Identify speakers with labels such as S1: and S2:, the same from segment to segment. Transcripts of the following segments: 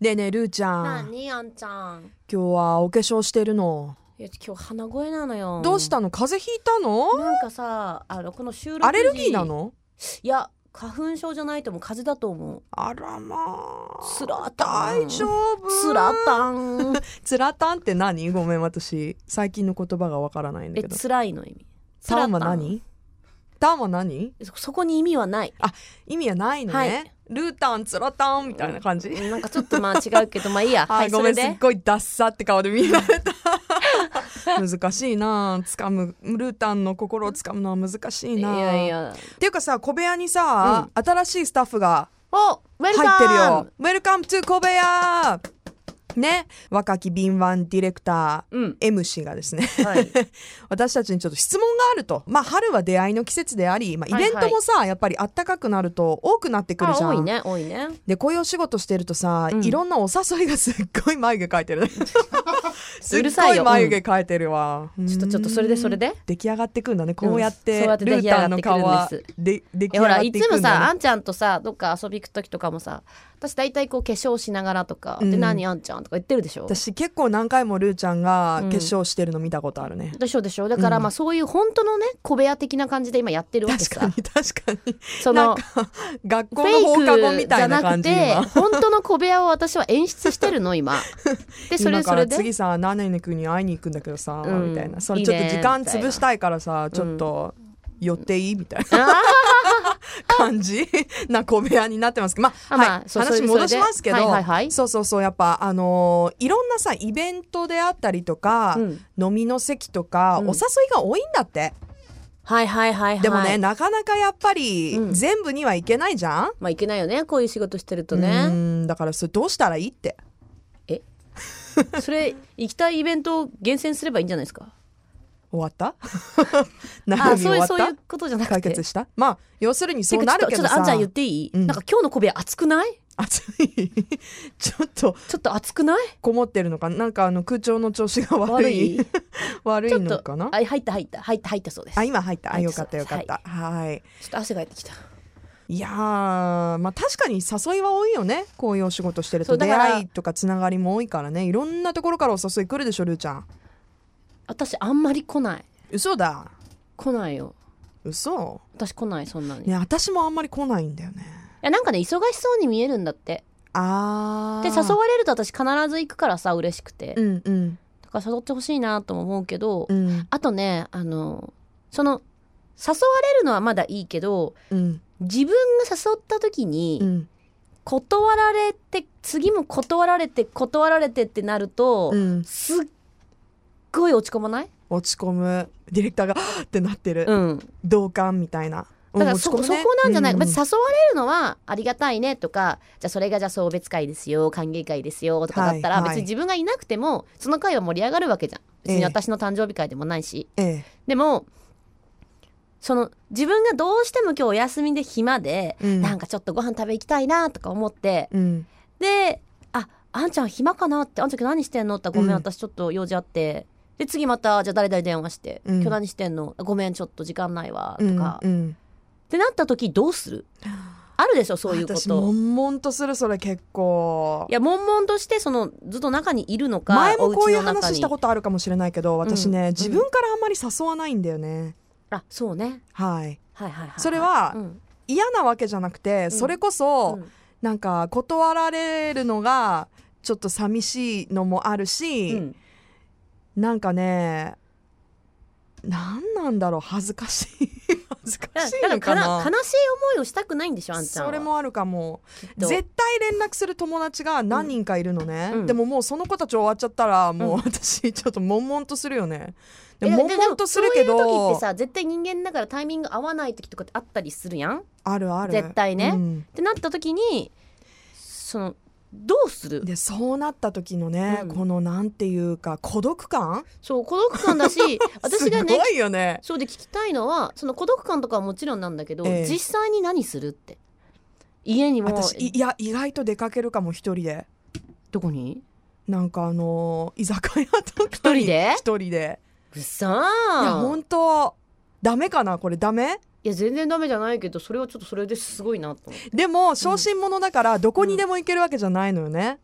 S1: ねえねえ、ルーちゃ。
S2: なんにあんちゃん
S1: 今日はお化粧してるの。
S2: いや今日鼻声なのよ
S1: どうしたの風邪ひいたの
S2: なんかさあのこの収録時
S1: アレルギーなの
S2: いや花粉症じゃないと思う風邪だと思う
S1: あらまあ。
S2: スラタン
S1: 大丈夫
S2: スラ タン
S1: つらたんって何ごめん、私。最近の言葉がわからないんだ
S2: え
S1: けど。
S2: 辛いの意味つら
S1: タ
S2: たん
S1: ンは何タンは何
S2: そそこに意味はない
S1: 意味はないのね。
S2: はい
S1: ルータン、つらたんみたいな感じ。
S2: なんかちょっとまあ違うけどまあいい や
S1: あ
S2: はい
S1: ご
S2: そ
S1: め
S2: れ
S1: んすっ
S2: で
S1: ごいダッサって顔で見ら れた難しいなつかむルータンの心をつかむのは難しい
S2: い
S1: な
S2: やいや
S1: っていうかさ小部屋にさ、新しいスタッフが
S2: おウェル
S1: 入
S2: カ
S1: っ
S2: ム
S1: てるよウェルカムトゥ小部屋ね若き敏腕ディレクター
S2: うん
S1: M 氏がですね
S2: はい
S1: 私たちにちょっと質問があるとまあ春は出会いの季節であり、まあ、イ
S2: はいは
S1: ベ
S2: い
S1: ントもさ、やっぱりあったかくなると多くなってくる
S2: あ
S1: じゃん
S2: 多いね多いね
S1: でこういうお仕事してるとさ、
S2: うん
S1: いろんなお誘いがすっごい眉毛描い てるねすっ
S2: うる
S1: ご
S2: さい
S1: い
S2: よ
S1: 眉毛描いてるわ、
S2: ちょっとちょっとそれでそれで
S1: 出来上がってくんだねこうやって,、
S2: うんそうやって
S1: ル
S2: 出来
S1: ー
S2: 上が
S1: タ
S2: っ
S1: ンの
S2: てくるん
S1: 顔は
S2: です
S1: で出来上
S2: えほ
S1: が
S2: ら
S1: って
S2: い
S1: いくんだ、ね、
S2: つもさあんちゃんとさどっか遊び行く時とかもさ私大体こう化粧しながらとか「
S1: う
S2: で
S1: ん
S2: 何あんちゃん」とか言ってるでしょ
S1: 私結構何回もルーちゃんが
S2: うん
S1: 化粧してるの見たことあるね、
S2: でしょでしょだから
S1: うん
S2: まあそういう本当のね小部屋的な感じで今やってるわけ
S1: 確か
S2: さ
S1: に確 かに
S2: そ
S1: なん
S2: の
S1: か学
S2: フ
S1: 校の放課後
S2: ェ
S1: み
S2: イクじ
S1: たい
S2: ゃ
S1: な
S2: な
S1: 感
S2: く
S1: じ
S2: て
S1: 今
S2: 本当の小部屋を私は演出してるの今でそれ
S1: 今
S2: そ
S1: か
S2: れ
S1: ら
S2: で
S1: 次さ何々君に会いに行くんだけどさ、
S2: うん
S1: みたいなそれちょっと時間潰したいからさ
S2: い
S1: ち
S2: ねみたいな
S1: ょっと寄っていいみたいな
S2: あー
S1: 感じな小部屋になってますけど、まあ
S2: あまあ
S1: はい、
S2: そう
S1: 話
S2: それ
S1: 戻しますけど、
S2: それではいはいはい
S1: そうそうそうやっぱあのーいろんなさイベントであったりとか、
S2: うん
S1: 飲みの席とか、
S2: うん
S1: お誘いが多いんだって
S2: はいはいはいはい
S1: でもね、なかなかやっぱり、
S2: うん
S1: 全部にはいけないじゃん
S2: まあいけないよねこういう仕事してると
S1: う
S2: ね
S1: んだからそれどうしたらいいって
S2: それ行きたいイベントを厳選すればいいんじゃないで すか
S1: 終わった
S2: あ
S1: 悩み終
S2: そうい
S1: わ
S2: う
S1: っ
S2: そうい
S1: た
S2: うことじゃなく
S1: 解
S2: て
S1: 決したまあ要するに
S2: て
S1: そう
S2: か
S1: な
S2: ちょ
S1: るけ
S2: っとちょ
S1: ど
S2: っとあんちゃ
S1: さ
S2: ん言っていい、
S1: うん
S2: なんか今日の小部屋熱くない
S1: 暑い ちょっと
S2: ちょっと熱くない
S1: こもってるのかななんかあの空調の調子が悪
S2: 悪
S1: い
S2: い
S1: 悪
S2: ち
S1: い
S2: ょっと
S1: のかな
S2: あ入った入った入った入ったそうです
S1: あ
S2: ちょ
S1: 今入ったあ
S2: はい
S1: よかったよかったはい
S2: っと汗が入ってきた
S1: いやーまあ確かに誘いは多いよねこういうお仕事してる
S2: そ
S1: と
S2: うだ
S1: 出
S2: から
S1: 会いとかつながりも多いからねいろんなところからお誘い来るでしょルーちゃん
S2: 私あんまり来ない
S1: 嘘だ
S2: 来ないよ
S1: 嘘
S2: 私来ないそんなに、い
S1: ね私もあんまり来ないんだよね
S2: やなんかね忙しそうに見えるんだって
S1: あー
S2: で誘われると私必ず行くからさ嬉しくて、
S1: うんうん
S2: だから誘ってほしいなとも思うけど、
S1: うん
S2: あとねあのその誘われるのはまだいいけど
S1: うん
S2: 自分が誘った時に、
S1: うん
S2: 断られて次も断られて断られてってなると、
S1: うん
S2: すっごい落ち込まない、
S1: 落ち込むディレクターがってなってる、
S2: うん、
S1: 同感みたいな
S2: だからそ,、
S1: うん落ち
S2: そ
S1: 込
S2: こ
S1: むね
S2: なんじゃないか、
S1: うんうん
S2: 別に誘われるのはありがたいねとかじゃあそれがじゃあ送別会ですよ歓迎会ですよとかだったら、
S1: はいはい
S2: 別に自分がいなくてもその会は盛り上がるわけじゃん別
S1: え
S2: に
S1: え
S2: 私の誕生日会でもないし、
S1: ええ
S2: でもその自分がどうしても今日お休みで暇で、
S1: うん
S2: なんかちょっとご飯食べ行きたいなとか思って、
S1: うん
S2: で「ああんちゃん暇かな?」って「あんちゃん今日何してんの?」って「ごめん、
S1: うん
S2: 私ちょっと用事あって」で次また「じゃあ誰々電話して、
S1: うん
S2: 今日何してんのあごめんちょっと時間ないわ」
S1: う
S2: と
S1: ん
S2: か、
S1: う
S2: っ
S1: ん
S2: てなった時どうするあるでしょそういうこ
S1: 私
S2: と。
S1: 悶々とするそれ結構
S2: いや悶々としてそのずっと中にいるのか
S1: 前もこういう
S2: お家の中
S1: 話
S2: に
S1: したことあるかもしれないけど私ね、
S2: うん
S1: 自分からあんまり誘わないんだよね、
S2: あそうね
S1: はい
S2: はいはいはいはい
S1: それは
S2: うん
S1: 嫌なわけじゃなくて、それこそ、
S2: うん
S1: なんか断られるのがちょっと寂しいのもあるし、
S2: うん
S1: なんかねなんなんだろう恥ずかしい 恥ずか
S2: だ
S1: し
S2: か
S1: い
S2: ら
S1: のかな
S2: かな悲しい思いをしたくないんでしょあんちゃんは
S1: それもあるかも
S2: きっと
S1: 絶対連絡する友達が何人かいるのね、
S2: うん
S1: でももうその子たち終わっちゃったらもう
S2: う
S1: 私ちょっと悶々とするよねで
S2: えで
S1: 悶々とするけど
S2: でもそういう時ってさ絶対人間だからタイミング合わない時とかってあったりするやん
S1: あるある
S2: 絶対ね
S1: うん
S2: ってなった時にそのどうする
S1: でそうなった時のね、
S2: うん
S1: このなんていうか孤独感
S2: そう孤独感だし私が
S1: す
S2: ね
S1: ごいよね
S2: そうで聞きたいのはその孤独感とかはもちろんなんだけど、
S1: ええ
S2: 実際に何するって家にも
S1: 私いいや意外と出かけるかも一人で
S2: どこに
S1: なんかあのー居酒屋とかに
S2: 一人で
S1: 一人で
S2: うっさ
S1: い
S2: ー
S1: や本当ダメかなこれダメ
S2: いや全然ダメじゃないけどそれはちょっとそれですごいなと思って
S1: でも小心者だからどこにでも行けるわけじゃないのよね、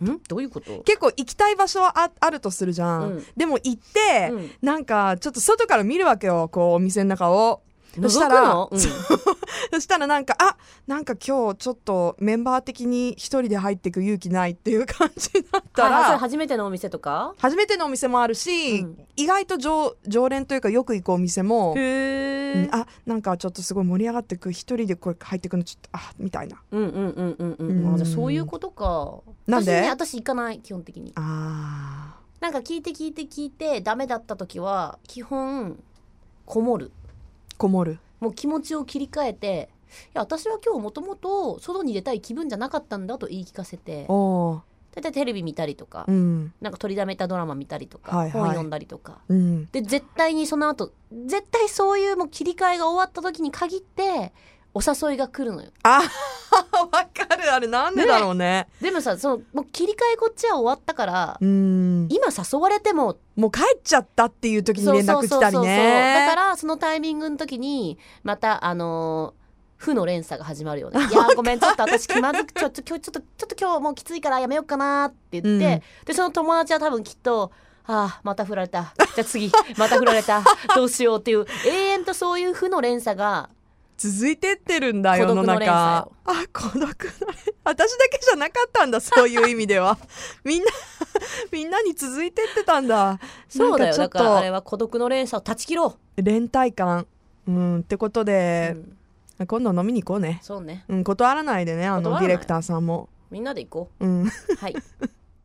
S2: んどういうこと
S1: 結構行きたい場所はああるとするじゃん、
S2: うん
S1: でも行って、
S2: うん
S1: なんかちょっと外から見るわけよこうお店の中を そした
S2: 覗く
S1: ら
S2: のうん
S1: そしたらなんかあなんか今日ちょっとメンバー的に一人で入ってく勇気ないっていう感じになったら、
S2: はいはいそれ初めてのお店とか
S1: 初めてのお店もあるし、
S2: うん
S1: 意外と常常連というかよく行くお店も、
S2: へ
S1: うんあなんかちょっとすごい盛り上がってく一人でこれ入ってくのちょっとあみたいな
S2: うんうんうんうんうん
S1: う
S2: うんんあじゃあそういうことか
S1: なんで
S2: 私ね私行かない基本的に
S1: あ
S2: なんか聞いて聞いて聞いてダメだった時は基本こもる
S1: ーこもる
S2: もう気持ちを切り替えていや私は今日もともと外に出たい気分じゃなかったんだと言い聞かせて
S1: おお
S2: 大体テレビ見たりとか、
S1: うん
S2: なんか取りだめたドラマ見たりとか、
S1: はいはい
S2: 本読んだりとか
S1: うん
S2: で絶対にその後絶対そういうもう切り替えが終わった時に限ってお誘いが来るのよ
S1: あ わかるあれなんでだろうね
S2: でもさそのもう切り替えこっちは終わったから、
S1: うん
S2: 今誘われても
S1: もう帰っちゃったっていう時に連絡来たり
S2: だか
S1: ね
S2: らそのタイミングの時にまたあのー負の連鎖が始まるよね。いやーごめんちょっと私気まずくちょちょ今日ちょっとちょっと今日もうきついからやめようかなって言って、
S1: うん
S2: でその友達は多分きっと。ああまた振られたじゃあ次また振られたどうしようっていう永遠とそういう負の連鎖が
S1: 続いてってるんだ世の
S2: 孤独の連鎖
S1: 中
S2: よ
S1: あ孤独の連私だけじゃなかったんだそういう意味ではみんな みんなに続いてってたんだ
S2: そうだよ
S1: な
S2: だ
S1: ん
S2: からあ
S1: かちょ
S2: れは孤独の連鎖を断ち切ろ
S1: っと連帯感うんってこと
S2: う、
S1: で
S2: う、ん
S1: 今度飲みに行こうね
S2: そうね
S1: うん断らないでねあのデ
S2: 断らな
S1: ィ
S2: い
S1: レクターさんも
S2: みんなで行こ
S1: うん
S2: うはい